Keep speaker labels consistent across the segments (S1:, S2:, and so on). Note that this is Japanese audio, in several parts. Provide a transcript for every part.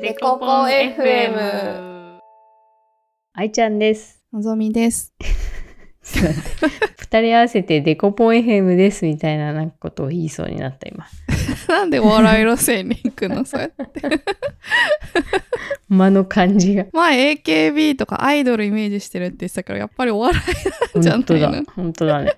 S1: デコポン FM。
S2: 愛ちゃ んです。
S3: のぞみです。
S2: 二人合わせてデコポン FM ですみたいななんかことを言いそうになった今。
S3: なんでお笑い路線に行くのそ れ。
S2: 間の感じ が。
S3: 前 AKB とかアイドルイメージしてるって言ってたから、やっぱりお笑いじゃ
S2: 本当
S3: ない
S2: だ
S3: の。。
S2: 本当だね。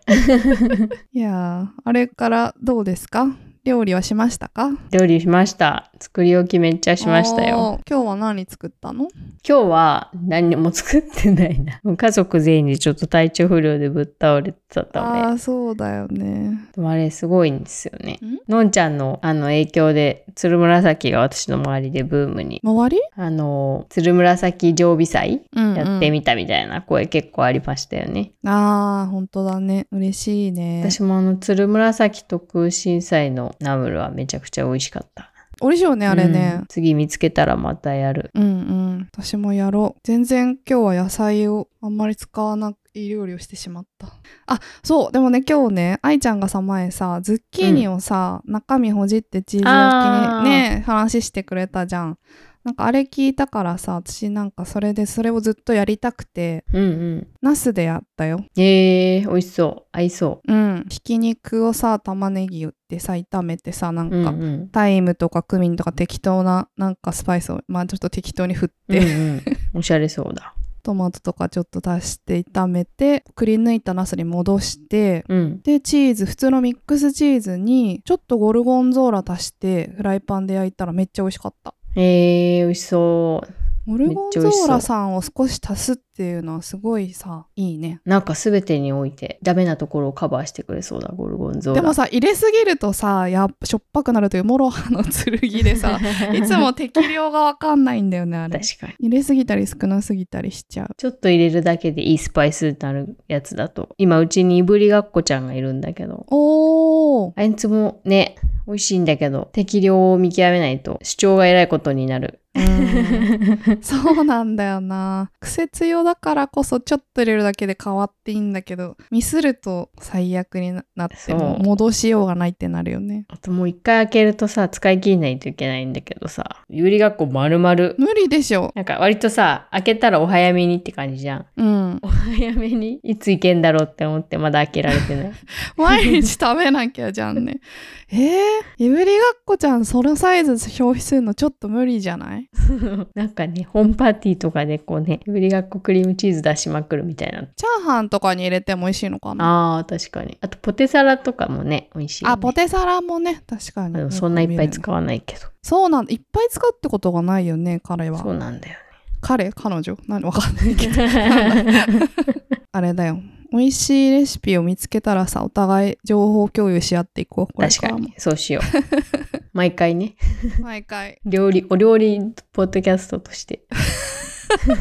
S3: いやー、あれからどうですか料理はしましたか
S2: 料理しました。作り置きめっちゃしましたよ。
S3: おー。今日は何作ったの
S2: 今日は何にも作ってないな。 もう家族全員でちょっと体調不良でぶっ倒れてた
S3: あ
S2: の
S3: あ、そうだよね。
S2: で。でもあれすごいんですよね。
S3: ん
S2: のんちゃんのあの影響で、鶴紫が私の周りでブームに。
S3: 周り
S2: あの、鶴紫常備祭
S3: うん
S2: やって
S3: み
S2: みたみたいな声結構ありましたよね。
S3: ああ、本当だね。嬉しいね。
S2: 私もあの鶴紫と空心菜のナムルはめちゃくちゃ美味しかった。
S3: 美味しいよね、あれね。
S2: うん次見つけたらまたやる。
S3: うんうん。私もやろう。全然今日は野菜をあんまり使わない料理をしてしまった。あ、そう。でもね、今日ね、愛ちゃんがさ、前さ、ズッキーニをさ、中身ほじってチーズ
S2: あー
S3: 焼きにね、話してくれたじゃん。なんかあれ聞いたからさ、私なんかそれでそれをずっとやりたくて、
S2: うんうん。
S3: ナスでやったよ。
S2: えー、美味しそう。合いそ
S3: うん。ひき肉をさ、玉ねぎでさ、炒めてさ、なん
S2: う。うんう
S3: か、
S2: ん。
S3: タイムとかクミンとか適当な、なんかスパイスを、まあちょっと適当に振っ
S2: うん
S3: て、
S2: うん、おしゃれそうだ。
S3: トマトとかちょっと足して炒めてくり抜いたナスに戻して
S2: うん。
S3: でチーズ普通のミックスチーズにちょっとゴルゴンゾーラ足してフライパンで焼いたらめっちゃ美味しかった
S2: えー、美味しそう。
S3: ゴルゴンゾーラさんを少し足すっていうのはすごいさいいね
S2: なんか全てにおいてダメなところをカバーしてくれそうだ、ゴルゴンゾーラ。
S3: でもさ入れすぎるとさやっぱしょっぱくなるというモロハの剣でさ いつ。も適量がわかんないんだよねあれ
S2: 確かに。
S3: 入れすぎたり少なすぎたりしちゃう
S2: ちょっと入れるだけでいいスパイスになるやつだと。今うちにいぶりがっこちゃんがいるんだけど。
S3: おー
S2: あいつもね、美味しいんだけど、適量を見極めないと主張が偉いことになる。
S3: そうなんだよな。癖強だからこそちょっと入れるだけで変わっていいんだけど、ミスると最悪にななって、
S2: そう
S3: もう戻しようがないってなるよね。
S2: あともう一回開けるとさ、使い切れないといけないんだけどさ、ゆりがっこ丸々。
S3: 無理でしょ。
S2: なんか割とさ、開けたらお早めにって感じじゃん。
S3: うん。
S2: お早めにいつ行けんだろうって思ってまだ開けられてない。
S3: 毎日食べなきゃじゃんね。えー、いぶりがっこちゃん、そのサイズ消費するのちょっと無理じゃない
S2: なんかね、ホームパーティーとかでこうね、ゆりがっこクリームチーズ出しまくるみたいな。
S3: チャーハンとかに入れても美味しいのかな
S2: あー、確かに。あとポテサラとかもね、美味しい、ね。
S3: あ、ポテサラもね、確か
S2: あの
S3: に。
S2: そんないっぱい
S3: う。
S2: 使わないけど。
S3: そうなんだ。いっぱい使うってことがないよね、彼は。
S2: そうなんだよ
S3: 彼彼女何わかんないけど
S2: ね。
S3: あれだよ美味しいレシピを見つけたらさお互い情報共有し合っていこうこれ
S2: 確から
S3: も
S2: に。そうしよう。 毎回ね。
S3: 毎回
S2: 料理、お料理ポッドキャストとして。
S3: 家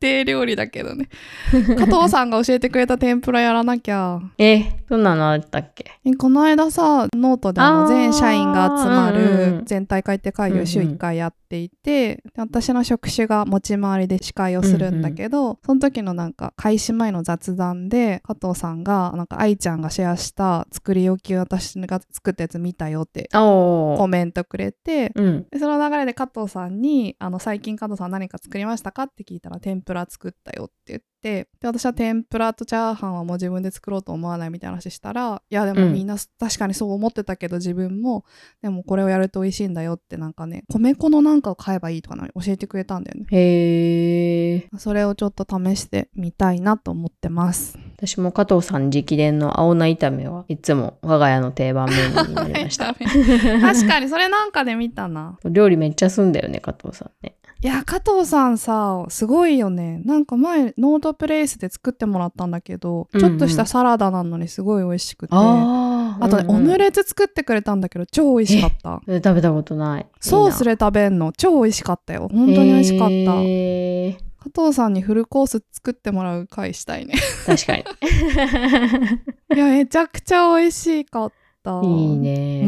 S3: 庭料理だけどね加藤さんが教えてくれた天ぷらやらなきゃ
S2: え、どんなのあったっけ
S3: えこの間さノートであの
S2: あー
S3: 全社員が集ま
S2: うんうん
S3: る全体会って会議を週
S2: うんうん
S3: 1回やっていて、で私の職種が持ち回りで司会をするんだけど、その時のなんか開始前の雑談で加藤さんがなんか愛ちゃんがシェアした作り置きを私が作ったやつ見たよって
S2: お
S3: コ
S2: ー。
S3: メントくれて、
S2: うん。
S3: でその流れで加藤さんに「あの最近加藤さん何か作りましたか?」って聞いたら「天ぷら作ったよ」って言ってで私は天ぷらとチャーハンはもう自分で作ろうと思わないみたいな話したら「いやで
S2: う
S3: も
S2: ん
S3: みんな確かにそう思ってたけど自分もでもこれをやると美味しいんだよ」ってなんかね米粉のなんかを買えばいいとかな教えてくれたんだよね。
S2: へえ。
S3: それをちょっと試してみたいなと思ってます。
S2: 私も加藤さん直伝の青菜炒めはいつも我が家の定番メニューになりまし た。
S3: 確かにそれなんかで見たな。
S2: 料理めっちゃすんだよね、加藤さんね。
S3: いや加藤さんさすごいよねなんか前ノートプレイスで作ってもらったんだけど、
S2: うんうん
S3: ちょっとしたサラダなのにすごい美味しくてあ
S2: あ
S3: とね、オム
S2: レ
S3: レツ作ってくれたんだけど超美味しかった
S2: 食べたことない。
S3: ソース
S2: れ
S3: で食べんの超美味しかったよ本当に美味しかった、
S2: へ
S3: 加藤さんにフルコース作ってもらう回したいね
S2: ー確か
S3: いやめちゃくちゃ美味しかった
S2: に。いいうね。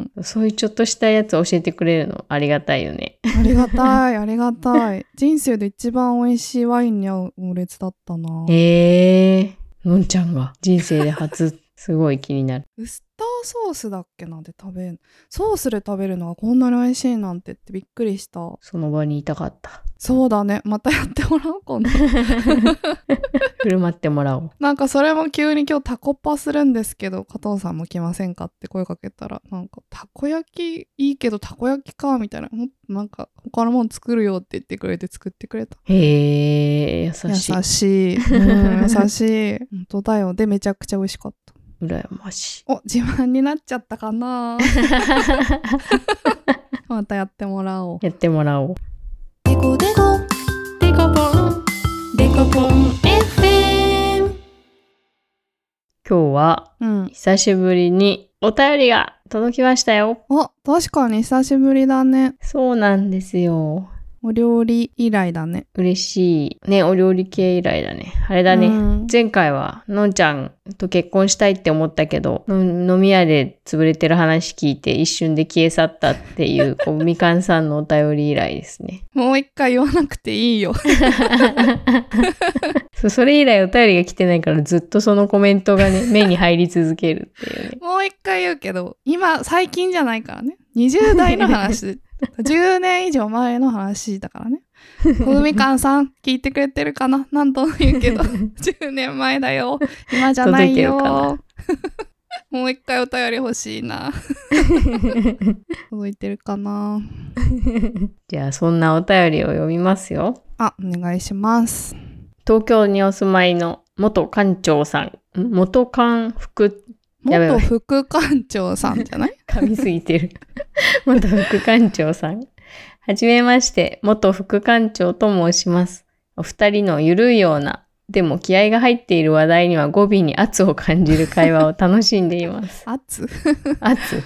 S3: ん
S2: そういうちょっとしたやつ教えてくれるのありがたいよね。
S3: ありがたいありがたい人生で一番美味しいワインに合うオムレツだったな
S2: ええのんちゃんが人生で初すごい気になる。
S3: ウスターソースだっけなんて食べるソースで食べるのがこんなに美味しいなんてってびっくりした
S2: その場にいたかった。
S3: そうだねまたやってもらおう今度
S2: 振る舞ってもらおう。
S3: なんかそれも急に今日タコパするんですけど加藤さんも来ませんかって声かけたらなんかたこ焼きいいけどたこ焼きかみたいなもっとなんか他のもの作るよって言ってくれて作ってくれた
S2: へえ、優しい
S3: 優。しいうん優し い本当だよでめちゃくちゃ美味しかった
S2: 羨ましい。
S3: お自慢になっちゃったかな またやってもらおう
S2: やってもらおう。
S4: デコデコデコポンデコポン FM
S2: 今日は
S3: うん
S2: 久しぶりにお便りが届きましたよ。
S3: お確かに久しぶりだね
S2: そうなんですよ。
S3: お料理以来だね
S2: 嬉しい。ね、お料理系以来だね。あれだね。
S3: うん
S2: 前回は、のんちゃんと結婚したいって思ったけど、の飲み屋で潰れてる話聞いて一瞬で消え去ったっていう、こう、みかんさんのお便り以来ですね。
S3: もう一回言わなくていいよ
S2: そうそれ以来お便りが来てないからずっとそのコメントがね、 目に入り続けるっていうね。
S3: もう一回言うけど今最近じゃないからね20代の話 10年以上前の話だからね。小みかんさん、聞いてくれてるかな何度も言うけ ど、10年前だよ。今じゃないよ。
S2: 届
S3: もう一回お便り欲しい な。届いてるかな
S2: じゃあ、そんなお便りを読みますよ。
S3: あ、お願いします。
S2: 東京にお住まいの元館長さん、ん元館副、やばいや
S3: 元
S2: ばい
S3: 副館長さんじゃない
S2: 噛みすぎて る。元副館長さん。はじめまして、元副館長と申します。お二人のゆるいような、でも気合が入っている話題には語尾に圧を感じる会話を楽しんでいます。
S3: 圧
S2: 圧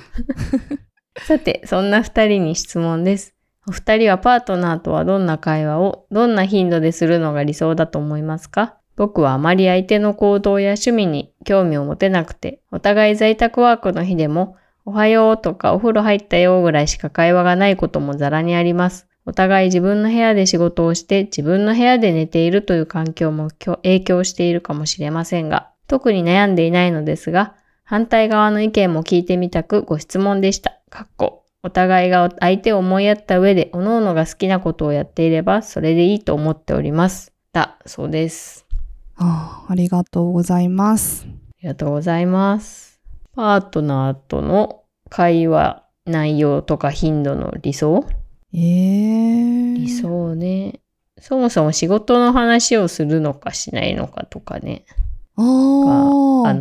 S2: さてそんな2人に質問ですお二人はパートナーとはどんな会話をどんな頻度でするのが理想だと思いますか僕はあまり相手の行動や趣味に興味を持てなくてお互い在宅ワークの日でもおはようとかお風呂入ったよぐらいしか会話がないこともざらにありますお互い自分の部屋で仕事をして自分の部屋で寝ているという環境もきょ影響しているかもしれませんが特に悩んでいないのですが反対側の意見も聞いてみたくご質問でした。かっこお互いが相手を思いやった上で、各々が好きなことをやっていれば、それでいいと思っております。だ、そうです。
S3: あーありがとうございます。
S2: ありがとうございます。パートナーとの会話、内容とか頻度の理想
S3: えー、
S2: 理想ね。そもそも仕事の話をするのかしないのかとかね。
S3: あー
S2: あん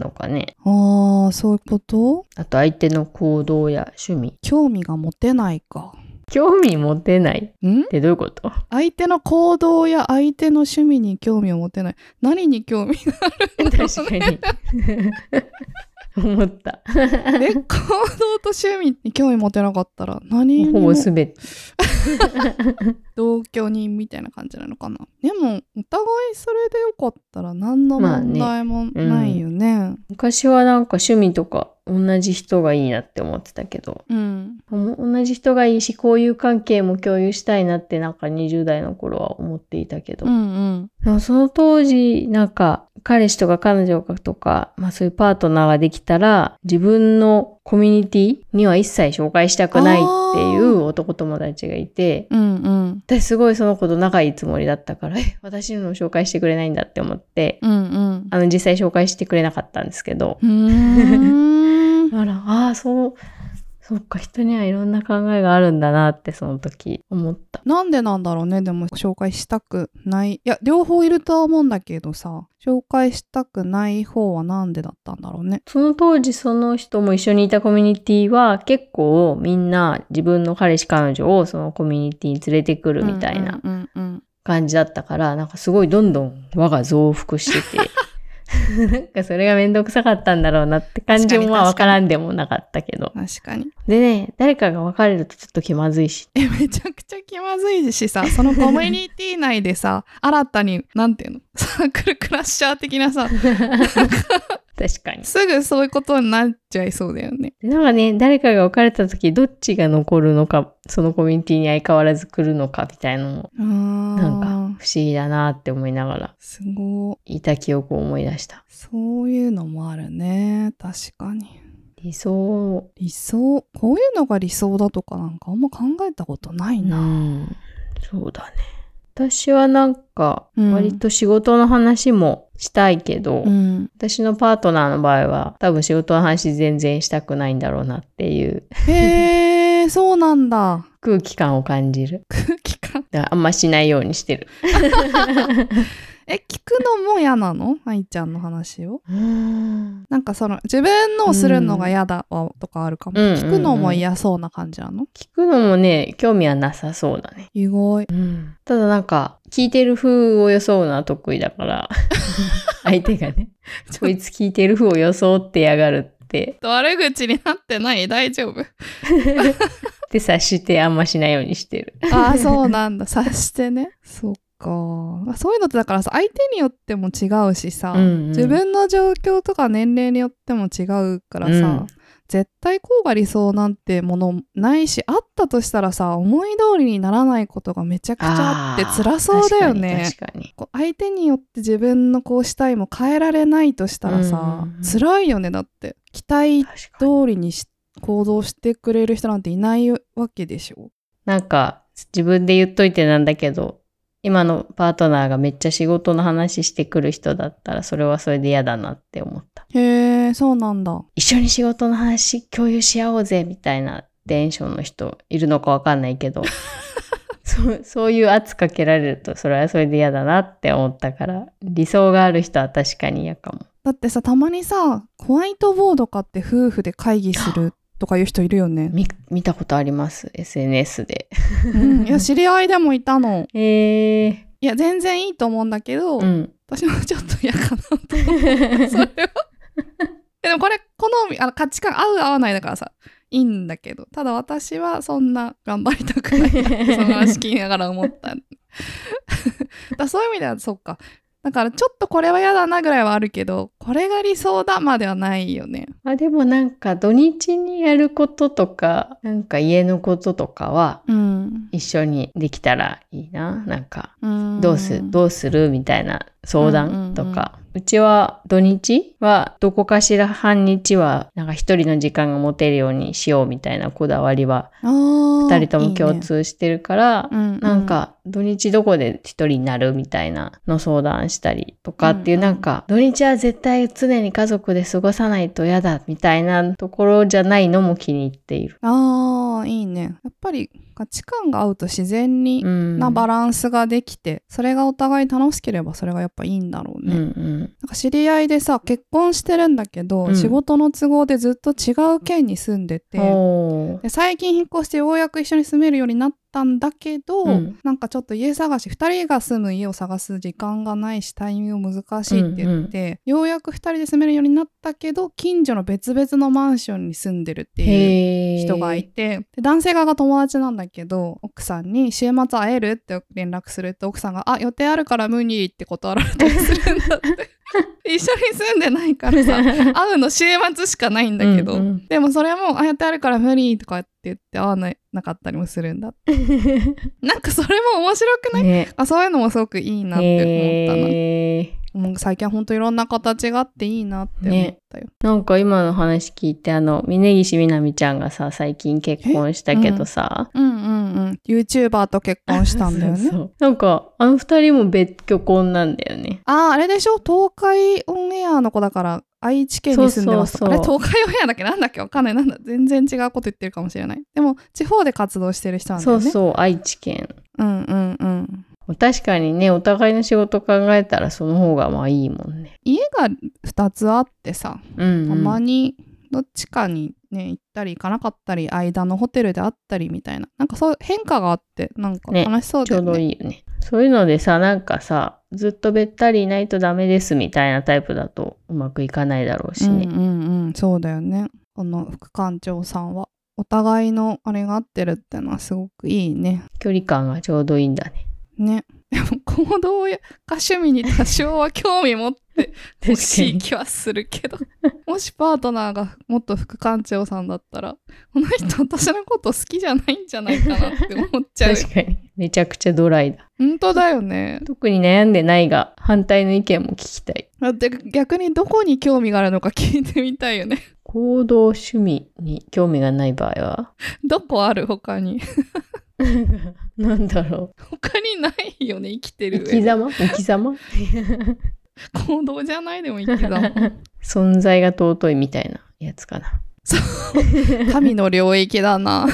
S2: のかね。
S3: あーそういうこと
S2: あと相手の行動や趣味。
S3: 興味が持てないか。
S2: 興味持てない
S3: ん
S2: ってどういうこと
S3: 相手の行動や相手の趣味に興味を持てない。何に興 味があるんだろ
S2: 確
S3: う
S2: か
S3: ね。
S2: に。 思った。
S3: え行動と趣味に興味持てなかったら何に
S2: ほ
S3: も
S2: ぼすべて。
S3: 同居人みたいな感じなのかな。でもお互いそれでよかったら何の
S2: まあ
S3: 問
S2: ね
S3: 題もないよね。
S2: 昔はなんか趣味とか同じ人がいいなって思ってたけど、
S3: うん。
S2: も同じ人がいいし、交友関係も共有したいなってなんか20代の頃は思っていたけど、
S3: うんうん。
S2: でもその当時なんか彼氏とか彼女とか、まあそういうパートナーができたら、自分のコミュニティには一切紹介したくないっていう男友達がいて、
S3: うんうん。
S2: 私すごいその子と仲いいつもりだったから、 え、私にも紹介してくれないんだって思って、
S3: うんうん。
S2: あの、実際紹介してくれなかったんですけど、
S3: うーん。
S2: あら、ああ、そう、そっか、人にはいろんな考えがあるんだなって、その時思った。
S3: なんでなんだろうねでも紹介したくないいや両方いるとは思うんだけどさ紹介したくない方はなんでだったんだろうね
S2: その当時、その人も一緒にいたコミュニティは、結構みんな自分の彼氏彼女をそのコミュニティに連れてくるみたいな
S3: うんうんうん
S2: 感じだったから、なんかすごいどんどん輪が増幅し てて、なんかそれがめんどくさかったんだろうなって感じ
S3: 確かに確
S2: も
S3: かに
S2: わからんでもなかったけど。
S3: うん確かに
S2: でね、誰かが別れるとちょっと気まずいし、
S3: えめちゃくちゃ気まずいしさそのコミュニティ内でさ新たになんていうのサークルクラッシャー的なさ
S2: 確かに。
S3: すぐそういうことになっちゃいそうだよね
S2: でなんかね、誰かが別れた時、どっちが残るのか、そのコミュニティに相変わらず来るのか、みたいなのも、な
S3: なん
S2: か不思議だなって思いながら、
S3: すごい
S2: いた記憶を思い出した。
S3: そういうのもあるね確かに
S2: 理想。
S3: 理想こういうのが理想だとかなんかあんま考えたことないうな、
S2: ん。そうだね。私はなんか、
S3: うん
S2: 割と仕事の話もしたいけど、
S3: うん
S2: 私のパートナーの場合は、多分仕事の話全然したくないんだろうなっていう
S3: へえそうなんだ
S2: 空気感を感じる。
S3: 空気感
S2: だからあんましないようにしてる。
S3: え聞くのも嫌なの愛ちゃんの話を
S2: うん。
S3: なんかその自分のをするのが嫌だわとかあるかも、
S2: うん
S3: 聞くのも嫌そうな感じなの、
S2: 聞くのもね、興味はなさそうだね。
S3: 意外
S2: うん。ただなんか、聞いてる風を装うのは得意だ から、相手がね、こいつ聞いてる風を装ってやがるって、
S3: 悪口になってない大丈 夫
S2: で察してあんましないようにしてる。
S3: ああそうなんだ察してねそっかあそういうのってだからさ相手によっても違うしさ、
S2: うんうん
S3: 自分の状況とか年齢によっても違うからさ、
S2: うん
S3: 絶対こうが理想なんてものないしあったとしたらさ思い通りにならないことがめちゃくちゃあって辛そうだよね
S2: 確かに。
S3: こう相手によって自分のこうしたいも変えられないとしたらさ、
S2: うん
S3: 辛いよねだって期待
S2: 確かに。
S3: 通りにし行動してくれる人なんていないわけでしょ
S2: なんか、自分で言っといてなんだけど、今のパートナーがめっちゃ仕事の話してくる人だったら、それはそれで嫌だなって思った。
S3: へえそうなんだ
S2: 一緒に仕事の話共有し合おうぜ、みたいなテンションの人いるのかわかんないけど、 そうそういう圧かけられると、それはそれで嫌だなって思ったから、理想がある人は確かに嫌かも。
S3: だってさたまにさホワイトボード買って夫婦で会議するとかいう人いるよね、
S2: 見見たことあります、SNS で。
S3: うんいや知り合いでもいたの
S2: えー、
S3: いや全然いいと思うんだけど、
S2: うん。
S3: 私もちょっと嫌かなと 思うそれはえでもこれ好みあの価値観合う合わないだからさいいんだけどただ私はそんな頑張りた くないなってその話聞きながら思っただ からそういう意味ではそうかだからちょっとこれは嫌だなぐらいはあるけどこれが理想だまではないよね
S2: まあでもなんか土日にやることとか、なんか家のこととかは
S3: うん
S2: 一緒にできたらいいな。なんか、
S3: うん
S2: どうす、どうするみたいな相談と
S3: うんうん
S2: か。うちは土日はどこかしら半日はなんか一人の時間が持てるようにしようみたいなこだわりは
S3: 二
S2: 二人とも共通してるから、なんか土日どこで一人になるみたいなの相談したりとかっていう、
S3: うん
S2: なんか土日は絶対常に家族で過ごさないと嫌だみたいなところじゃないのも気に入っている。
S3: ああいいねやっぱり価値観が合うと自然に
S2: うん、
S3: なバランスができて、それがお互い楽しければそれがやっぱいいんだろうね、
S2: うん
S3: なん
S2: うん
S3: か知り合いでさ結婚してるんだけど、
S2: うん
S3: 仕事の都合でずっと違う県に住んでて、
S2: おー
S3: で最近引っ越してようやく一緒に住めるようになったんだけど、
S2: うん
S3: なんかちょっと家探し2人が住む家を探す時間がないしタイミングも難しいって言って、ようやく2人で住めるようになったけど近所の別々のマンションに住んでるっていう
S2: へー
S3: 人がいて、で男性側が友達なんだけど奥さんに「週末会える?」って連絡すると奥さんが「あ予定あるから無理」って断られたりするんだって 一緒に住んでないからさ会うの週末しかないんだけど、
S2: うんうん
S3: でもそれも「あ予定あるから無理」とかって言って会わないなかったりもするんだって なんかそれも面白くない、
S2: ね、
S3: あそういうのもすごくいいなって思ったな
S2: へ
S3: もう最近は本当いろんな形があっていいなって思ったよ、
S2: ーなんか今の話聞いてあの峯岸みなみちゃんがさ最近結婚したけどさ、
S3: うんうんうん YouTuber と結婚したんだよね
S2: そうそうなんかあの二人も別居婚なんだよね
S3: ああ、あれでしょ東海オンエアの子だから、愛知県に住んでますとか。
S2: そうそうそう
S3: あれ、東海オンエアだっけなんだっけわかんない。なんだ全然違うこと言ってるかもしれない。でも、地方で活動してる人なんだ
S2: そ
S3: よ
S2: う
S3: ね。う。
S2: そう愛知県
S3: うんうんうん。
S2: 確かにねお互いの仕事考えたらその方がまあいいもんね。
S3: 家が2つあってさ、
S2: うん、
S3: た
S2: うん。
S3: まにどっちかにね、行ったり行かなかったり、間のホテルであったりみたいな。なんかそう、変化があって、なんか
S2: ね
S3: 楽しそう
S2: ち
S3: だ
S2: ょ
S3: よ
S2: うど
S3: ね。
S2: いいよね。そういうのでさなんかさずっとべったりいないとダメですみたいなタイプだとうまくいかないだろうし
S3: う
S2: ね。
S3: んうんうん、そうだよね。この副館長さんは。お互いのあれが合ってるってのはすごくいいね。
S2: 距離感がちょうどいいんだね。
S3: ね。でも行動やか趣味に多少は興味持ってほしい気はするけど。もしパートナーがもっと副館長さんだったら、この人私のこと好きじゃないんじゃないかなって思っちゃう。
S2: 確かに。めちゃくちゃドライだ。
S3: 本当だよね。
S2: 特に悩んでないが、反対の意見も聞きたい。
S3: だって逆にどこに興味があるのか聞いてみたいよね。
S2: 行動趣味に興味がない場合は
S3: どこある他に。
S2: なんだろう。
S3: 他にないよね、生きてる
S2: 生き
S3: 上で。
S2: 様生き様
S3: 行動じゃないでも生き様。
S2: 存在が尊いみたいなやつかな。
S3: 神の領域だ な。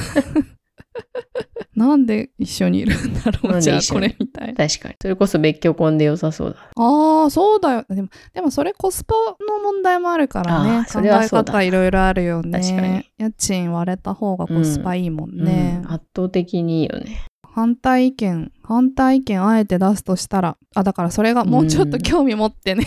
S3: なんで一緒にいるんだろ
S2: な
S3: う、
S2: ん
S3: じ
S2: で
S3: ゃあ
S2: 一緒
S3: こ
S2: に
S3: れみたいな。
S2: 確かに。それこそ別居婚で良さそうだ。
S3: ああ、そうだよ。でも、でもそれコスパの問題もあるから
S2: あ
S3: ね
S2: ー。
S3: 考
S2: それは
S3: え
S2: そうだ
S3: 方いろいろあるよね。
S2: 確かに
S3: 家賃割れた方がコスパいいもんね。
S2: うん圧倒的にいいよね。
S3: 反対意見、反対意見あえて出すとしたら、あ、だからそれがもうちょっと興味持ってね。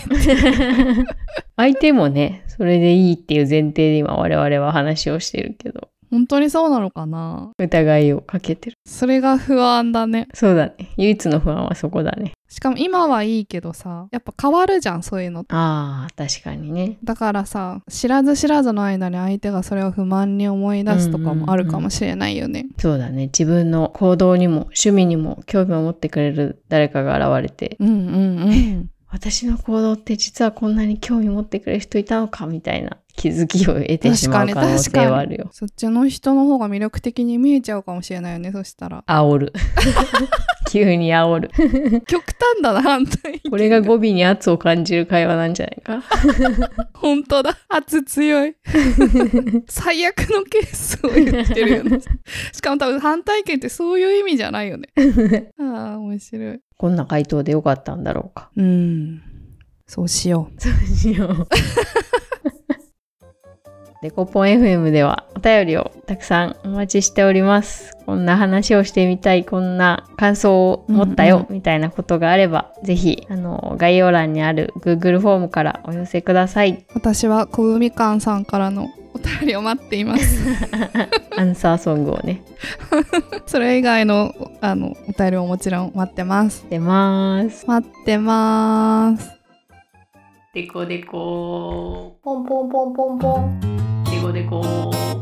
S2: 相手もね、それでいいっていう前提で今我々は話をしてるけど、
S3: 本当にそうなのかな
S2: 疑いをかけてる。
S3: それが不安だね。
S2: そうだね。唯一の不安はそこだね。
S3: しかも今はいいけどさ、やっぱ変わるじゃん、そういうの。
S2: ああ、確かにね。
S3: だからさ、知らず知らずの間に相手がそれを不満に思い出すとかもあるかもしれないよね。
S2: そうだね。自分の行動にも趣味にも興味を持ってくれる誰かが現れて、
S3: うんうんうん。
S2: 私の行動って実はこんなに興味持ってくれる人いたのかみたいな気づきを得てしまう可能性はあるよ。。
S3: そっちの人の方が魅力的に見えちゃうかもしれないよね、そしたら
S2: 煽る。 急に煽る。
S3: 極端だな、反対意見。
S2: これが語尾に圧を感じる会話なんじゃないか。
S3: 本当だ。圧強い。最悪のケースを言ってるよね。しかも多分反対意見ってそういう意味じゃないよね。ああ、面白い。
S2: こんな回答でよかったんだろうか。
S3: うん。そうしよう。
S2: デコポン FM ではお便りをたくさんお待ちしております。こんな話をしてみたい、こんな感想を持った
S3: うん
S2: よ、みたいなことがあれば、ぜひ、あの、概要欄にある Google フォームからお寄せください。
S3: 私は小海かんさんからのお便りを待っています。
S2: アンサーソングをね、
S3: それ以外のあのお便りももちろん待ってます。
S2: 出ます。
S3: 待ってます。
S1: デコデコ
S4: ポンポンポンポンポン
S1: デコデコ